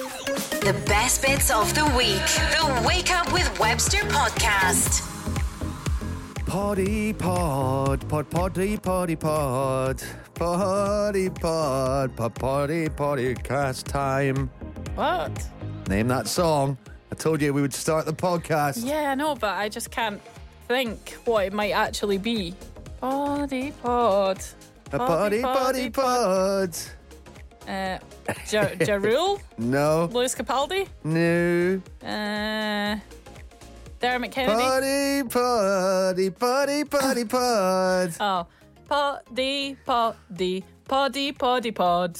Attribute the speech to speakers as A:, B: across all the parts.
A: the best bits of the week. The Wake Up with Webster podcast.
B: Potty pod, pod, potty, potty, pod, potty, pod, pod, potty, podcast time.
C: What?
B: Name that song. I told you we would start the podcast.
C: Yeah, I know, but I just can't think what it might actually be. Body pod.
B: A potty, potty, pod.
C: Uh, ja, ja Rule?
B: No,
C: Lewis Capaldi?
B: no.
C: Uh, Dermot Kennedy?
B: Potty, potty, potty, potty, pod.
C: Oh. Poddy, poddy, poddy, poddy, pod.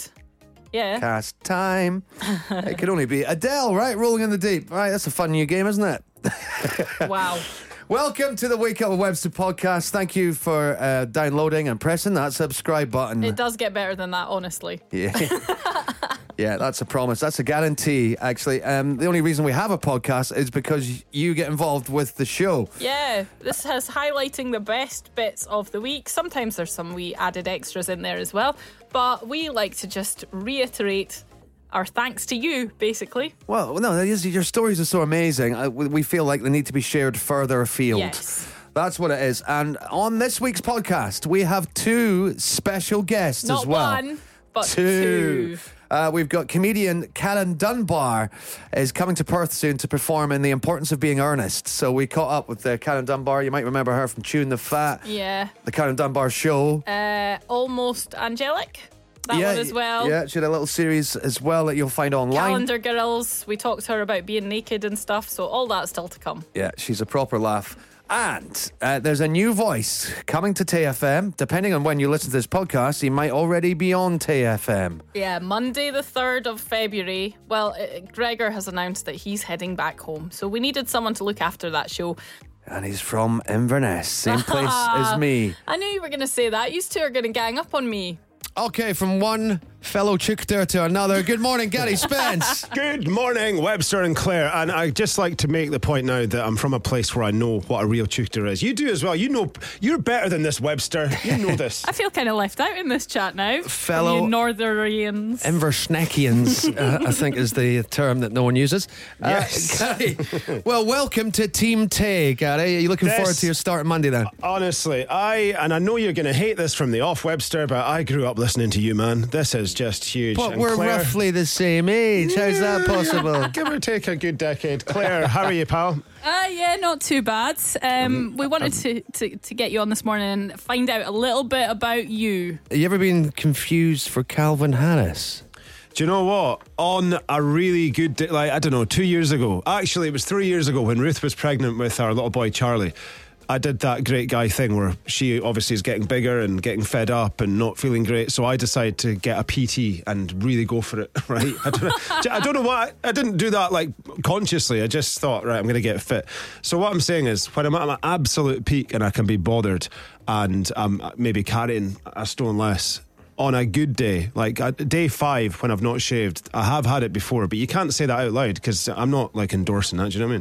C: Yeah.
B: Cast time. It could only be Adele, right? Rolling in the deep. Right, that's a fun new game, isn't it?
C: Wow.
B: Welcome to the Wake Up with Webster podcast. Thank you for uh, downloading and pressing that subscribe button.
C: It does get better than that, honestly.
B: Yeah. yeah, that's a promise. That's a guarantee, actually. Um, the only reason we have a podcast is because you get involved with the show.
C: Yeah, this has highlighting the best bits of the week. Sometimes there's some wee added extras in there as well, but we like to just reiterate our thanks to you, basically.
B: Well, no, that is- your stories are so amazing. I, we we feel like they need to be shared further afield.
C: Yes.
B: That's what it is. And on this week's podcast, we have two special guests
C: Not
B: as well.
C: one, but
B: two.
C: two.
B: Uh, we've got comedian Callum Dunbar is coming to Perth soon to perform in The Importance of Being Earnest. So we caught up with uh, Callum Dunbar. You might remember her from Tune the Fat,
C: Yeah.
B: the Callum Dunbar show.
C: Uh, almost angelic. That one as well.
B: Yeah, she had a little series as well that you'll find online.
C: Calendar girls. We talked to her about being naked and stuff, so all that's still to come.
B: Yeah, she's a proper laugh. And uh, there's a new voice coming to TFM. Depending on when you listen to this podcast, he might already be on TFM.
C: Yeah, Monday the 3rd of February. Well, uh, Gregor has announced that he's heading back home, so we needed someone to look after that show.
B: And he's from Inverness, same place as me.
C: Ah, I knew you were going to say that. You two are going to gang up on me.
B: Okay, from one fellow chickter to another. Good morning, Gary Spence.
D: Good morning, Webster and Claire. And I'd just like to make the point now that I'm from a place where I know what a real tutor is. You do as well. You know, you're better than this, Webster. You know this.
C: I feel kind of left out in this chat now.
B: Fellow-
C: You Northerians.
B: Inverschneckians, uh, I think, is the term that no one uses. Uh,
D: Yes.
B: Gary, well, welcome to Team Tay, Gary. Are you looking
D: This-
B: forward to your start on Monday then?
D: Honestly, I, and I know you're going to hate this from the off, Webster, but I grew up listening to you, man. This is just huge.
B: But
D: And
B: we're
D: Claire-
B: roughly the same age. How's that possible?
D: Give or take a good decade. Claire, how are you, pal?
C: Ah, yeah, not too bad. Um, we wanted to, to, to get you on this morning and find out a little bit about you.
B: you ever been confused for Calvin Harris?
D: Do you know what? On a really good day, like, I don't know, two years ago, actually, it was three years ago when Ruth was pregnant with our little boy Charlie. I did that great guy thing where she obviously is getting bigger and getting fed up and not feeling great. So I decided to get a PT and really go for it, right? I don't know, I don't know why. I didn't do that like consciously. I just thought, right, I'm going to get fit. So what I'm saying is, when I'm at my absolute peak and I can be bothered and I'm maybe carrying a stone less, on a good day, like uh, day five when I've not shaved, I have had it before, but you can't say that out loud because I'm not like endorsing that. Do you know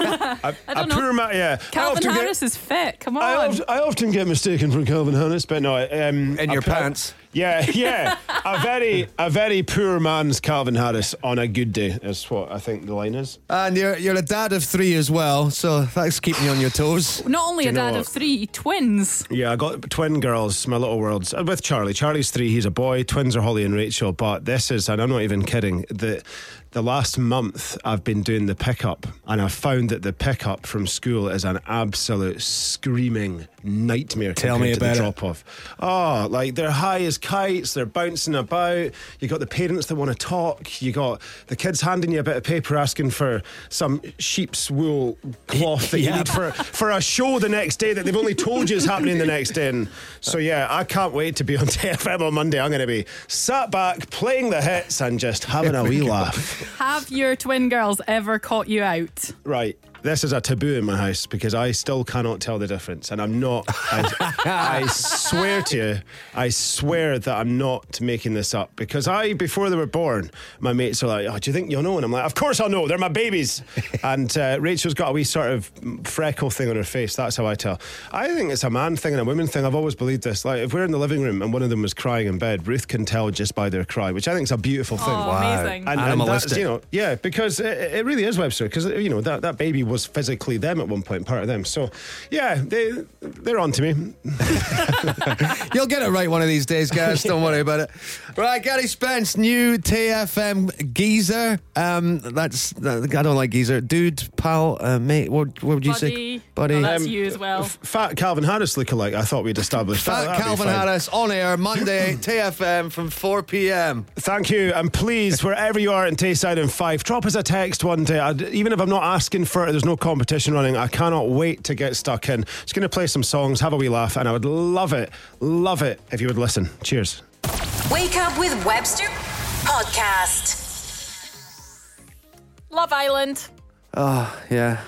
D: I mean? I,
C: don't know.
D: Poor ma- yeah. I
C: Calvin
D: often get-
C: Harris is fit. Come on.
D: I, oft- I often get mistaken for Calvin Harris, but no. Um,
B: In
D: a
B: your
D: pa-
B: pants.
D: Yeah, yeah. a very, a very poor man's Calvin Harris on a good day is what I think the line is.
B: And you're you're a dad of three as well, so that's keeping you on your toes.
C: not only
D: Do
C: a
D: you know
C: dad of
D: what?
C: three, twins.
D: Yeah, I got twin girls, my little worlds, uh, with Charlie. Charlie's three, he's a boy. Twins are Holly and Rachel. But this is, and I'm not even kidding, the, the last month I've been doing the pickup, and I've found that the pickup from school is an absolute screaming nightmare.
B: Tell
D: compared
B: me
D: to
B: about it.
D: the drop off. Oh, like they're high as kites, they're bouncing about. You got the parents that want to talk, you got the kids handing you a bit of paper asking for some sheep's wool cloth that you
B: Yeah.
D: need for for a show the next day that they've only told you is happening the next day. And so yeah, I can't wait to be on TFM on Monday. I'm going to be sat back playing the hits and just having a wee laugh.
C: Have your twin girls ever caught you out?
D: Right. This is a taboo in my house because I still cannot tell the difference, and I'm not. I, I swear to you, I swear that I'm not making this up because I, before they were born, my mates are like, "Oh, do you think you'll know?" And I'm like, "Of course I'll know. They're my babies." and uh, Rachel's got a wee sort of freckle thing on her face. That's how I tell. I think it's a man thing and a woman thing. I've always believed this. Like, if we're in the living room and one of them was crying in bed, Ruth can tell just by their cry, which I think is a beautiful thing.
C: Oh,
B: Wow.
C: amazing.
B: And-
D: that's,
B: Animalistic.
D: you know, yeah, because it, it really is Webster. Because you know that, that baby was physically them at one point, part of them. So, yeah, they they're on to me.
B: You'll get it right one of these days, guys. Don't worry about it. Right, Gary Spence, new TFM geezer. Um, that's I don't like geezer, dude, pal, uh, mate. What, what would you say,
C: Buddy. No, that's
D: Um,
C: you as well.
D: F- fat Calvin Harris lookalike. I thought we'd established that.
B: Fat
D: That'd be
B: Calvin
D: fine.
B: Harris on air Monday TFM from 4 p.m.
D: Thank you, and please, wherever you are in Tayside and Fife, drop us a text one day. i even if I'm not asking for it, there's no competition running. I cannot wait to get stuck in. Just going to play some songs, have a wee laugh, and I would love it, love it if you would listen. Cheers.
A: Wake up with Webster Podcast.
C: Love Island.
B: Yeah.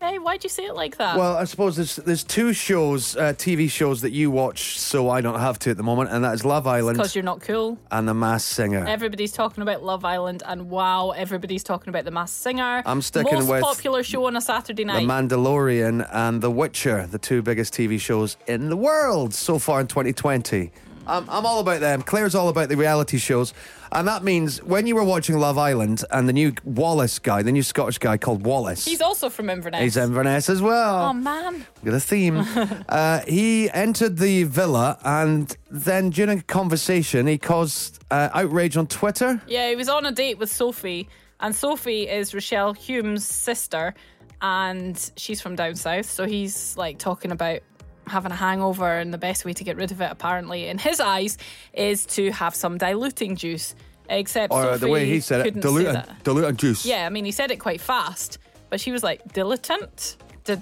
C: Hey, why'd you say it like that?
B: Well, I suppose there's there's two shows, uh, TV shows that you watch, so I don't have to at the moment, and that is Love
C: because
B: Island
C: you're not cool.
B: and The Mass Singer.
C: Everybody's talking about Love Island, and wow, everybody's talking about The Masked Singer.
B: I'm sticking
C: Most
B: with
C: popular show on a Saturday
B: the
C: night.
B: Mandalorian and The Witcher, the two biggest TV shows in the world so far in 2020. I'm, I'm all about them. Claire's all about the reality shows. And that means when you were watching Love Island and the new Wallace guy, the new Scottish guy called Wallace,
C: He's also from Inverness.
B: he's Inverness as well.
C: oh man,
B: Got a theme. uh, he entered the villa and then during a conversation, he caused uh, outrage on Twitter.
C: yeah, he was on a date with Sophie, and Sophie is Rochelle Hume's sister, and she's from down south. So he's like talking about having a hangover, and the best way to get rid of it, apparently, in his eyes, is to have some diluting juice. Except
B: Or uh,
C: Sophie
B: the way he said it,
C: couldn't say
B: dilute
C: that.
B: and, dilute and juice.
C: Yeah, I mean, he said it quite fast, but she was like, dilatant. D-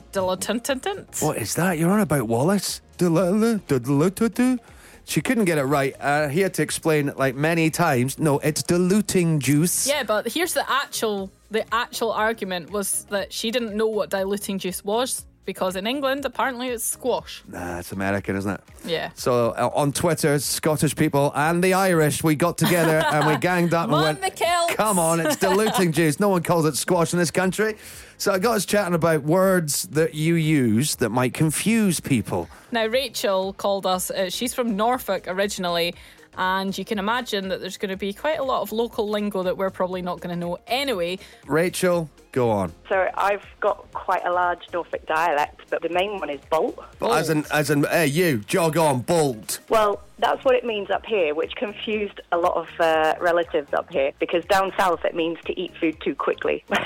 C: dilatant.
B: What is that? You're on about Wallace? Dululu, dudulu-tudu. She couldn't get it right. Uh, he had to explain like many times. No, it's diluting juice.
C: Yeah, but here's the actual the actual argument was that she didn't know what diluting juice was because in England apparently it's squash.
B: Nah, it's American, isn't it?
C: Yeah.
B: So uh, on Twitter, Scottish people and the Irish, we got together and we ganged up and
C: Mon
B: went,
C: the Celts.
B: "Come on, it's diluting juice. No one calls it squash in this country." So I got us chatting about words that you use that might confuse people.
C: Now Rachel called us. Uh, she's from Norfolk originally. And you can imagine that there's going to be quite a lot of local lingo that we're probably not going to know anyway.
B: Rachel, go on.
E: So I've got quite a large Norfolk dialect, but the main one is bolt.
B: As in, as in, hey, you jog on, bolt.
E: Well, that's what it means up here, which confused a lot of uh, relatives up here because down south it means to eat food too quickly.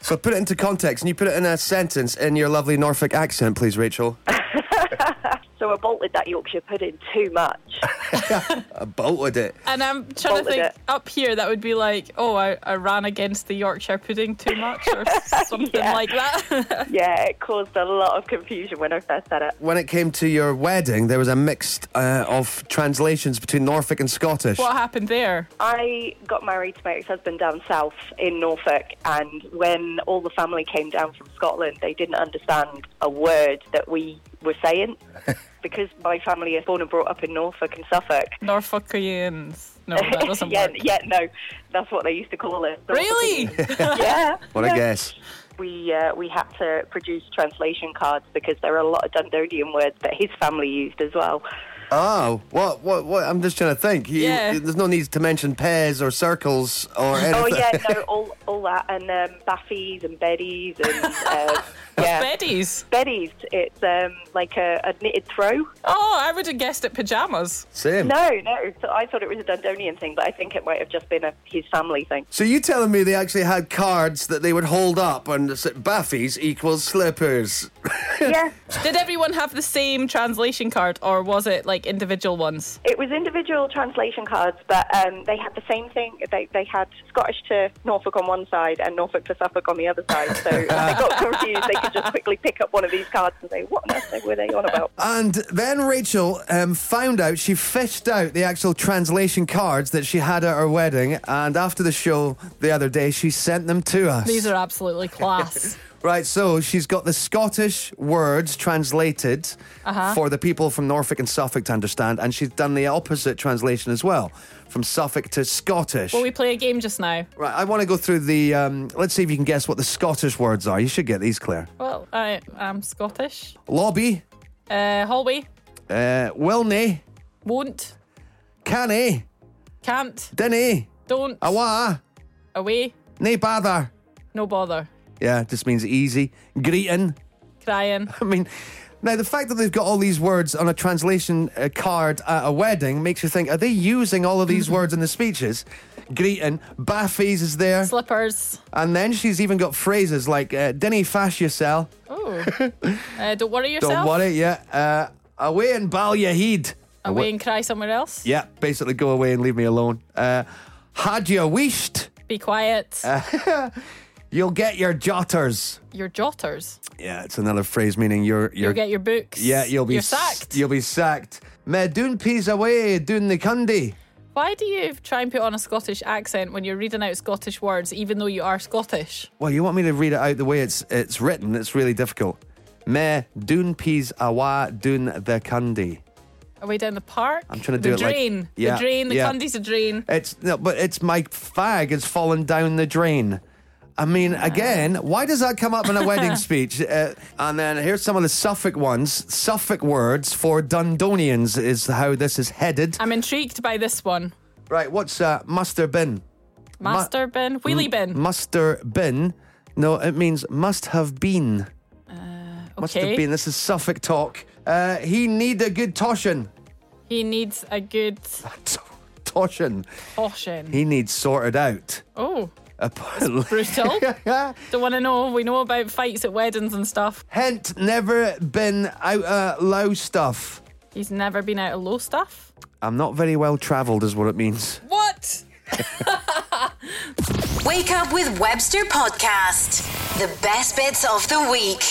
B: So put it into context, and you put it in a sentence in your lovely Norfolk accent, please, Rachel.
E: so I bolted that Yorkshire pudding too much.
B: I bolted it.
C: And I'm trying
E: Bolted
C: to think
E: it.
C: up here that would be like, oh, I, I ran against the Yorkshire pudding too much or something
E: Yeah.
C: like that.
E: yeah, it caused a lot of confusion when I first said it.
B: When it came to your wedding, there was a mixed uh, of translations between Norfolk and Scottish.
C: what happened there?
E: I got married to my ex-husband down south in Norfolk, and when all the family came down from Scotland, they didn't understand a word that we were saying. because my family is born and brought up in Norfolk and Suffolk,
C: Norfolkians. No, that doesn't
E: yeah,
C: work.
E: yeah, no, that's what they used to call it.
C: Really?
E: yeah.
B: What a guess.
E: We uh, we had to produce translation cards because there are a lot of Dundonian words that his family used as well.
B: Oh, what, what, what? I'm just trying to think. You-
C: Yeah.
B: There's no need to mention pairs or circles or anything.
E: Oh yeah, no, all all that and um, baffies and beddies and uh, yeah.
C: Betty's.
E: Beddies, it's um, like a, a knitted throw.
C: Oh, I would have guessed at pajamas.
B: Same.
E: No, no. So I thought it was a Dundonian thing, but I think it might have just been a his family thing.
B: So you telling me they actually had cards that they would hold up and it's like, baffies equals slippers?
E: yeah,
C: Did everyone have the same translation card, or was it like individual ones?
E: It was individual translation cards, but um, they had the same thing. They, they had Scottish to Norfolk on one side and Norfolk to Suffolk on the other side. So if they got confused, they could just quickly pick up one of these cards and say, "What on earth were they on about?"
B: And then Rachel um, found out she fished out the actual translation cards that she had at her wedding, and after the show the other day, she sent them to us.
C: These are absolutely class.
B: Right, so she's got the Scottish words translated
C: Uh-huh.
B: for the people from Norfolk and Suffolk to understand, and she's done the opposite translation as well, from Suffolk to Scottish.
C: Well, we play a game just now.
B: right, I want to go through the. Um, let's see if you can guess what the Scottish words are. You should get these, Claire.
C: Well, I am Scottish.
B: Lobby,
C: Uh, hallway,
B: uh, willney,
C: won't,
B: canny,
C: can't,
B: dinny,
C: don't,
B: awa,
C: away,
B: nay bother.
C: no bother,
B: Yeah, it just means easy. Greeting.
C: crying.
B: I mean, now the fact that they've got all these words on a translation uh, card at a wedding makes you think: Are they using all of these words in the speeches? Greeting, baffies is there,
C: Slippers.
B: and then she's even got phrases like uh, "dinny fash yourself,"
C: Oh. uh, don't worry yourself.
B: "Don't worry, yeah," uh, "away and bal your heed,"
C: Away and cry somewhere else.
B: yeah, basically go away and leave me alone. Uh, had you wished,
C: Be quiet.
B: Uh, you'll get your jotters.
C: your jotters.
B: Yeah, it's another phrase meaning you're you're
C: You'll get your books.
B: yeah you'll be
C: You're
B: s-
C: sacked.
B: You'll be sacked. Me dun peas away, dun the cundy.
C: Why do you try and put on a Scottish accent when you're reading out Scottish words, even though you are Scottish?
B: Well, you want me to read it out the way it's it's written? It's really difficult. Me dun peas awa dun the cundy.
C: Away down the park. I'm
B: trying to do
C: the
B: it like-
C: drain.
B: Yeah,
C: the drain. The
B: yeah.
C: cundy's a drain.
B: It's no, but it's my fag has fallen down the drain. I mean,
C: Ah.
B: again, why does that come up in a wedding speech? Uh, and then here's some of the Suffolk ones. Suffolk words for Dundonians is how this is headed.
C: I'm intrigued by this one.
B: Right, what's uh, muster bin?
C: Master bin, wheelie bin.
B: Muster bin. No, it means must have been. Must
C: okay.
B: have been. This is Suffolk talk. Uh, he need a good toshin.
C: He needs a good
B: T- toshin.
C: caution.
B: He needs sorted out.
C: Oh,
B: Apparently.
C: brutal. Don't want to know. We know about fights at weddings and stuff.
B: Hent never been out uh, low stuff.
C: He's never been out of low stuff.
B: I'm not very well travelled, is what it means.
C: What?
A: Wake up with Webster Podcast. The best bits of the week.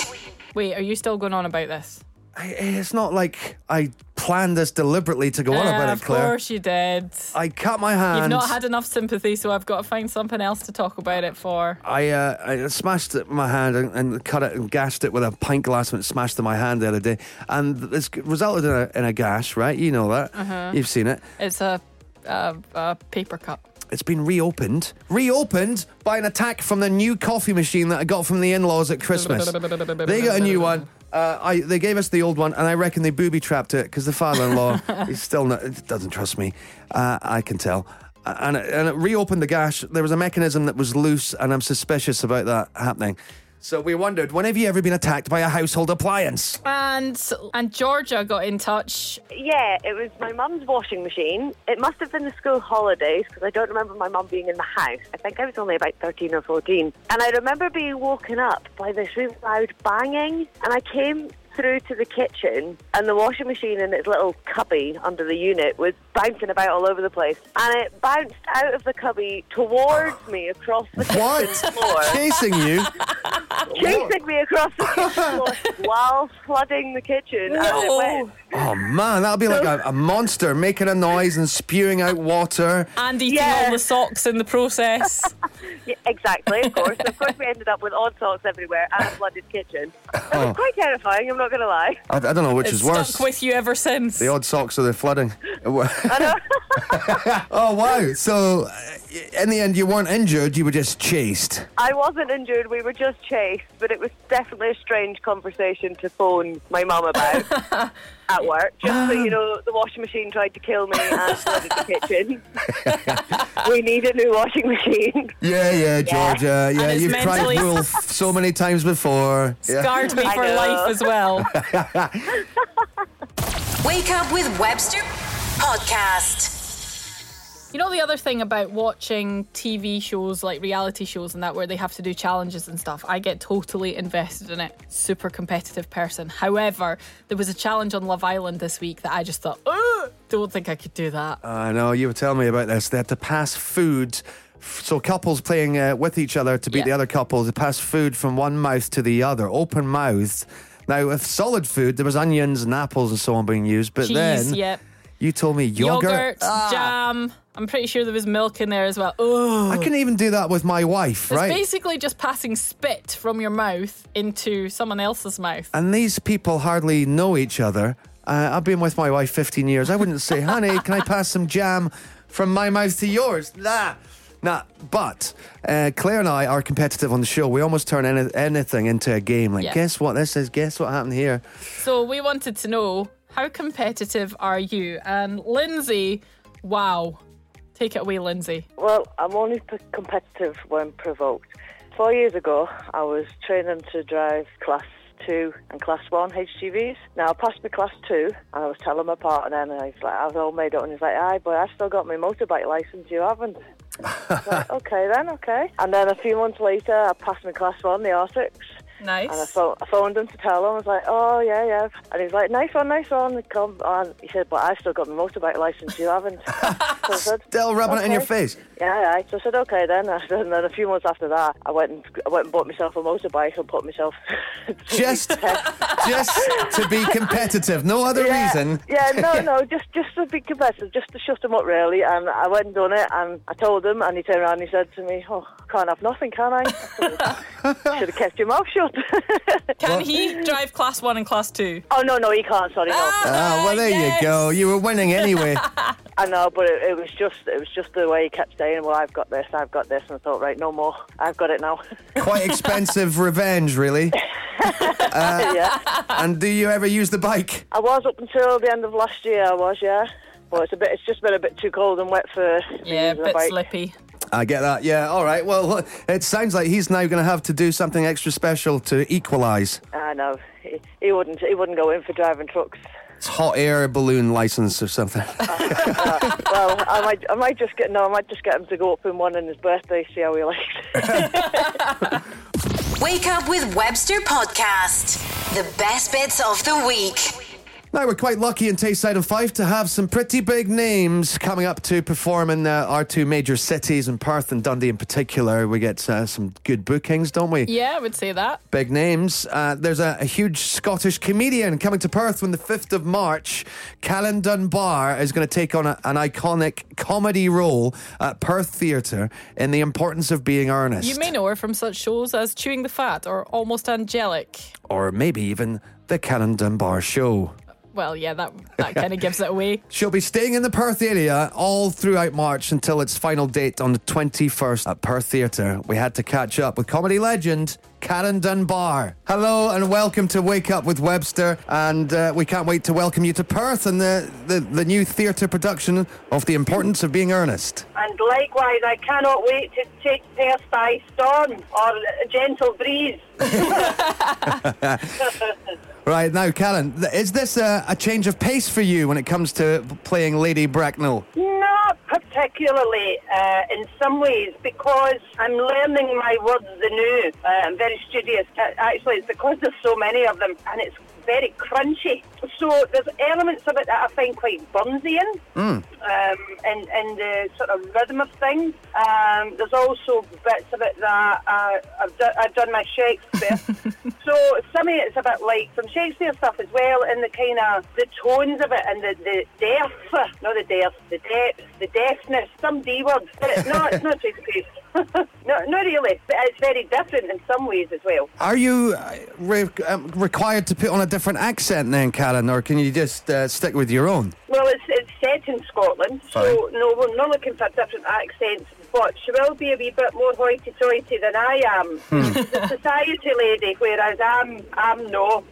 C: Wait, are you still going on about this?
B: I, it's not like I planned this deliberately to go on
C: Uh,
B: about
C: of
B: it, Claire.
C: course you did.
B: I cut my hand.
C: You've not had enough sympathy, so I've got to find something else to talk about it for.
B: I, uh, I smashed it- my hand and, and cut it and gashed it with a pint glass when it smashed in my hand the other day. And this resulted in a, in a gash, right? You know that. You've seen it.
C: It's a, a, a paper cup.
B: It's been reopened. Reopened by an attack from the new coffee machine that I got from the in laws at Christmas. they got a new one. Uh, I, they gave us the old one, and I reckon they booby trapped it because the father in law is still not, doesn't trust me. Uh, I can tell. Uh, And it, and it reopened the gash. There was a mechanism that was loose, and I'm suspicious about that happening. So we wondered when have you ever been attacked by a household appliance?
C: And and Georgia got in touch.
F: Yeah, it was my mum's washing machine. It must have been the school holidays because I don't remember my mum being in the house. I think I was only about 13 or 14. And I remember being woken up by this really loud banging. And I came through to the kitchen and the washing machine in its little cubby under the unit was bouncing about all over the place. And it bounced out of the cubby towards me across the
B: What?
F: kitchen floor
B: Chasing you?
F: chasing me across the kitchen floor while flooding the kitchen as it went.
B: Oh man, that'll be like a, a monster making a noise and spewing out water.
C: And eating
F: Yeah.
C: all the socks in the process.
F: Yeah, exactly, of course. of course, we ended up with odd socks everywhere and a flooded kitchen. It was quite terrifying, I'm not going to lie.
B: I, I don't know which
C: it's
B: is worse.
C: stuck with you ever since.
B: The odd socks or the flooding. oh wow! So, uh, in the end, you weren't injured. You were just chased.
F: I wasn't injured, we were just chased, but it was definitely a strange conversation to phone my mum about at work. Just so you know, the washing machine tried to kill me and flooded the kitchen. we need a new washing machine.
B: Yeah, yeah, Georgia. Yeah,
C: it's
B: you've
C: mentally-
B: cried wolf so many times before. Yeah.
C: Scarred me
F: I
C: for
F: know.
C: life as well.
A: Wake up with Webster Podcast.
C: You know the other thing about watching TV shows like reality shows and that where they have to do challenges and stuff. I get totally invested in it. Super competitive person. However, there was a challenge on Love Island this week that I just thought, "Ugh, don't think I could do that.
B: I know you were telling me about this. They had to pass food. f- So couples playing uh, with each other to beat
C: Yeah.
B: the other couples, they pass food from one mouth to the other, open mouthed. Now, with solid food, there was onions and apples and so on being used, but
C: Cheese,
B: then
C: yep.
B: You told me yogurt. Ah.
C: Yogurt, jam. I'm pretty sure there was milk in there as well. Ugh.
B: I can even do that with my wife,
C: It's
B: right?
C: basically just passing spit from your mouth into someone else's mouth.
B: and these people hardly know each other. Uh, I've been with my wife 15 years. I wouldn't say, honey, can I pass some jam from my mouth to yours? Nah. Nah, but uh, Claire and I are competitive on the show. We almost turn any- anything into a game. Like,
C: Yeah.
B: guess what this is? Guess what happened here?
C: So we wanted to know how competitive are you? And Lindsay, wow. Take it away, Lindsay.
G: Well, I'm only p- competitive when provoked. Four years ago, I was training to drive class two and class one HGVs. Now, I passed my class two, and I was telling my partner, and I was like, I was all made up, and he's like, aye, but I've still got my motorbike license, you haven't. I was like, okay then, okay. And then a few months later, I passed my class one, the R6. And I,
C: Nice.
G: phone, I phoned him to tell him. I was like, oh, yeah, yeah. And he's like, nice one, nice one. Come on. He said, but I've still got my motorbike license. You haven't. so I said,
B: Still rubbing it in your
G: "Okay."
B: face.
G: Yeah, yeah. So I said, okay then. And then a few months after that, I went and, I went and bought myself a motorbike and put myself...
B: Just, just to be competitive. No other
G: yeah,
B: reason.
G: Yeah, no, no, just just to be competitive, just to shut him up really. And I went and done it, and I told him, and he turned around and he said to me, "Oh, I can't have nothing, can I?" Should have kept your mouth shut.
C: Can he drive class one and class two?
G: oh no, no, he can't. Sorry, no.
B: Ah, well, there
C: yes.
B: you go. You were winning anyway.
G: I know, but it, it was just it was just the way he kept saying, "Well, I've got this, I've got this," and I thought, "Right, no more, I've got it now."
B: Quite expensive revenge, really. Uh,
G: yeah,
B: And do you ever use the bike?
G: I was up until the end of last year. I was, yeah. Well, it's a bit. It's just been a bit too cold and wet for me
C: Yeah, a
G: using a
C: bit
G: bike.
C: slippy.
B: I get that. Yeah. All right. Well, look, it sounds like he's now going to have to do something extra special to equalise.
G: I know. He, he wouldn't. He wouldn't go in for driving trucks.
B: It's hot air balloon license or something.
G: Uh, Well, I might. I might just get. No, I might just get him to go up in one on his birthday. See how he likes. it.
A: Wake up with Webster Podcast. The best bits of the week.
B: now we're quite lucky in Tayside and Fife to have some pretty big names coming up to perform in uh, our two major cities, in Perth and Dundee in particular. We get uh, some good bookings, don't we?
C: Yeah, I would say that.
B: big names. Uh, there's a, a huge Scottish comedian coming to Perth on the 5th of March. Callan Dunbar is going to take on a, an iconic comedy role at Perth Theatre in The Importance of Being Earnest.
C: You may know her from such shows as Chewing the Fat or Almost Angelic.
B: or maybe even The Callan Dunbar Show.
C: Well, yeah, that that kind of gives it away.
B: She'll be staying in the Perth area all throughout March until its final date on the 21st at Perth Theatre. We had to catch up with comedy legend Karen Dunbar. Hello and welcome to Wake Up with Webster. And uh, we can't wait to welcome you to Perth and the, the, the new theatre production of The Importance of Being Earnest.
F: And likewise, I cannot wait to take Perth by storm or a gentle breeze.
B: Right now, Karen, th- is this a, a change of pace for you when it comes to playing Lady Bracknell?
F: Not particularly uh, in some ways because I'm learning my words anew. Uh, I'm very studious. Uh, Actually, it's because there's so many of them and it's very crunchy. So there's elements of it that I find quite Burnsian um, and, and the sort of rhythm of things. Um, there's also bits of it that uh, I've, do- I've done my Shakespeare. so some of it's a bit like some Shakespeare stuff as well and the kind of the tones of it and the, the depth, not the depth, the depth, the deafness, some D word. But it's not, it's not Shakespeare. no, not really. But it's very different in some ways as well.
B: Are you uh, re- um, required to put on a different accent then, Karen, or can you just uh, stick with your own?
F: Well, it's, it's set in Scotland, so no, we're not looking for different accents, but she will be a wee bit more hoity-toity than I am. She's a society lady, whereas I'm, I'm no.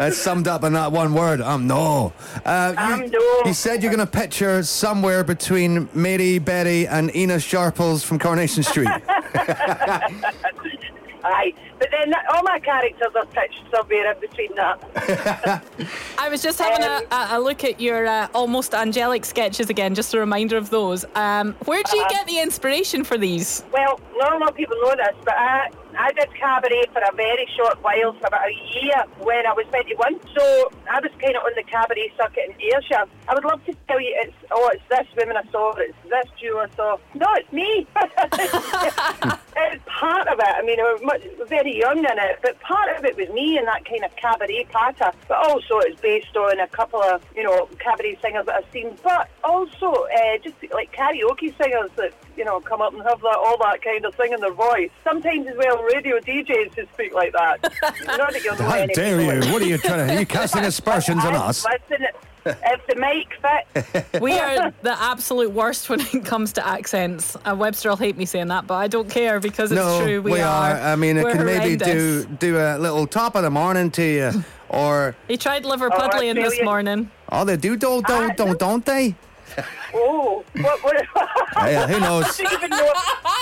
B: That's summed up in that one word. Um, no. Uh, you,
F: Um, no.
B: You said you're going to picture somewhere between Mary Berry and Ina Sharples from Coronation Street.
F: Aye. But then that- all my characters are pitched somewhere in between that.
C: I was just having a, a, a look at your uh, Almost Angelic sketches again, just a reminder of those. Um, where do you get the inspiration for these?
F: Well, not a lot of people know this, but I, I did cabaret for a very short while, for about a year, when I was 21. So I was kind of on the cabaret circuit in Ayrshire. I would love to tell you, it's oh, it's this woman I saw, it's this Jew I saw. No, it's me. it's part of it, I mean, I was much, very young in it, but part of it was me and that kind of cabaret patter. But also, it's based on a couple of, you know, cabaret singers that I've seen, but also uh, just like karaoke singers that, you know, come up and have that, all that kind of thing in their voice. Sometimes as well, radio DJs who speak like that. Not that you're
B: How dare you? What are you trying to? Are you casting aspersions on us?
F: Listen, if the mic fits.
C: We are the absolute worst when it comes to accents. And Webster will hate me saying that, but I don't care because it's
B: no,
C: true. We, are.
B: I mean, I
C: We're
B: can maybe do
C: horrendous.
B: do a little top of the morning to you, or
C: He tried Liverpudlian
F: feel
C: this
F: you.
C: morning.
B: oh, they do, don't,
C: Uh,
B: don't, don't, don't they?
F: Oh, what, what,
B: Yeah, who knows?
F: didn't even know.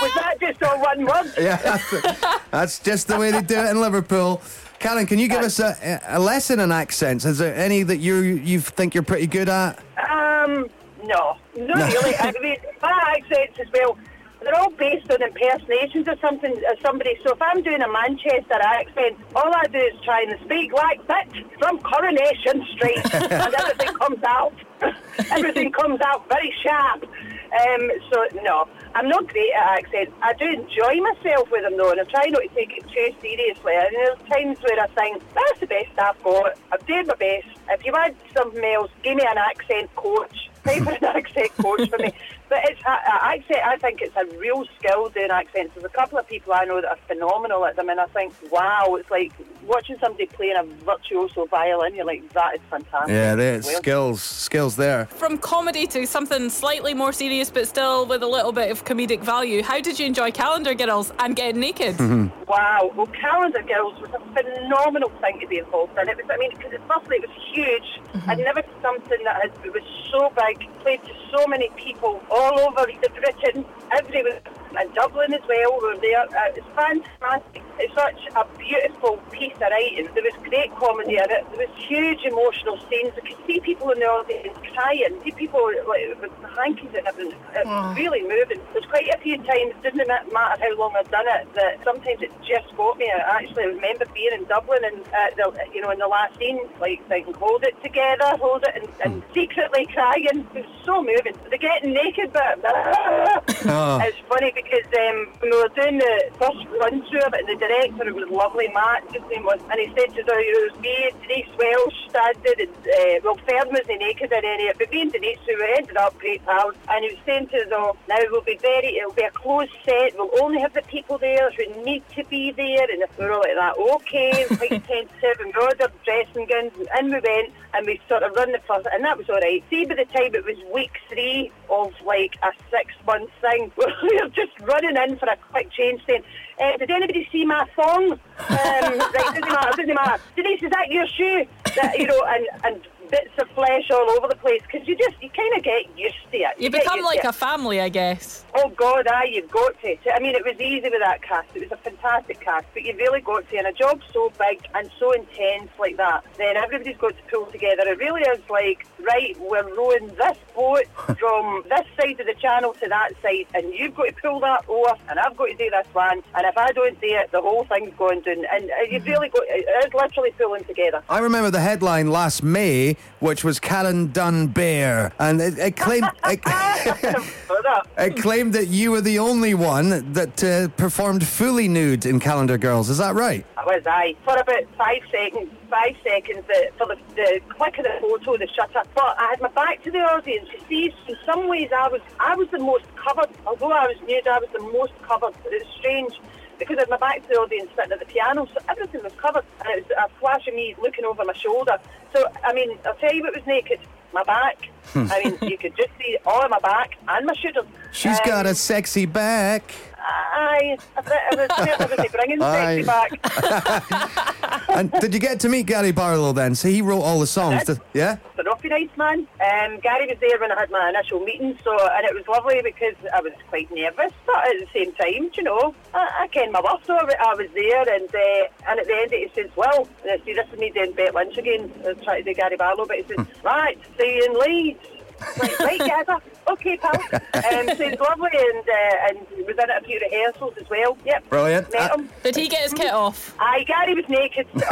F: Was that just all one word?
B: Yeah, that's, that's just the way they do it in Liverpool. Karen, can you give us a, a lesson in accents? Is there any that you you think you're pretty good at?
F: Um, no, not really. I mean, my accents as well. They're all based on impersonations of something, of somebody. So if I'm doing a Manchester accent, all I do is try and speak like that from Coronation Street, and everything comes out. everything comes out very sharp. Um, so no, I'm not great at accents. I do enjoy myself with them though, and I try not to take it too seriously. And there's times where I think that's the best I've got. I've done my best. If you had something else, give me an accent coach. Pay for an accent coach for me. But it's uh, accent. I think it's a real skill doing accents. There's a couple of people I know that are phenomenal at them, and I think, wow, it's like watching somebody playing a virtuoso violin. You're like, that is fantastic.
B: Yeah, there's
F: Well
B: skills, skills there.
C: From comedy to something slightly more serious, but still with a little bit of comedic value. How did you enjoy Calendar Girls and Getting Naked?
B: Mm-hmm.
F: Wow. Well, Calendar Girls was a phenomenal thing to be involved in. It was, I mean, because firstly it was huge. I'd never seen something that had, it was so big, played to so many people all over the Britain, everywhere, and Dublin as well. We were there. Uh, it's fantastic. It's such a beautiful piece of writing. There was great comedy in it. There was huge emotional scenes. You could see people in the audience crying. See people like with hankies and everything. It was really moving. There's quite a few times, didn't ma- matter how long I'd done it, that sometimes it just got me. I actually remember being in Dublin and uh, the, you know in the last scene, like thinking, hold it together, hold it, and, and secretly crying. It was so moving. The getting naked bit. It's funny because um, when we were doing the first run through of it, the director, it was lovely, Matt, his name was, and he said to "Oh, the, it was me, Denise Welsh, standing, and uh, well, Fern was naked in any of it, but me and Denise, we ended up great pals, and he was saying to us all, now we'll be very, it'll be a closed set, we'll only have the people there who need to be there, and if we were all like that, okay, and quite attentive, and we ordered dressing gowns, and in we went, and we sort of run the first, and that was all right. See, by the time it was week three of like a six-month thing, we were just running in for a quick change, saying, uh, "Did anybody see my thong? Um, right, doesn't matter, doesn't matter. Denise, is that your shoe? That, you know, and and bits of flesh all over the place because you just you kind of get used to it.
C: You
F: get
C: become
F: used
C: like
F: to
C: a
F: it.
C: family, I guess.
F: Oh God, aye, you've got to. I mean, it was easy with that cast. It was a fantastic cast, but you really got to. And a job so big and so intense like that, then everybody's got to pull together. It really is like, right, we're rowing this boat from this side of the channel to that side, and you've got to pull that off, and I've got to do this one. And if I don't do it, the whole thing's going down. And uh, you've really got. It is literally pulling together.
B: I remember the headline last May, which was Karen Dunn Bear, and it, it claimed it, it claimed that you were the only one that uh, performed fully nude in Calendar Girls. Is that right?
F: I was I for about five seconds. Five seconds the, for the, the click of the photo, the shutter. But I had my back to the audience. You see, in some ways, I was I was the most covered. Although I was nude, I was the most covered. It's strange because I had my back to the audience, sitting at the piano, so everything was covered, and it was a flash of me looking over my shoulder. So I mean, I'll tell you what was naked. My back.
B: Hmm.
F: I mean, you could just see all of my back and my shoulders.
B: She's
F: Um,
B: got a sexy back.
F: Aye, I bet I was certainly bringing
B: Aye.
F: sexy back.
B: And did you get to meet Gary Barlow then? So he wrote all the songs.
F: did.
B: Yeah.
F: the Rocky Nights man. Um, Gary was there when I had my initial meeting, so and it was lovely because I was quite nervous, but at the same time, do you know, I, I ken my worth, so I, wa- I was there, and uh, and at the end it says, well, uh, see, this is me doing Bet Lynch again, uh, trying to do Gary Barlow, but it says, right, see you in Leeds. Like, right, Gaza. Okay, pal. Um, so it's lovely, and uh, and we was in at a few rehearsals as well. Yep.
B: Brilliant.
F: Met
B: Uh,
F: him.
C: Did he get his kit off?
F: Aye, Gary was naked.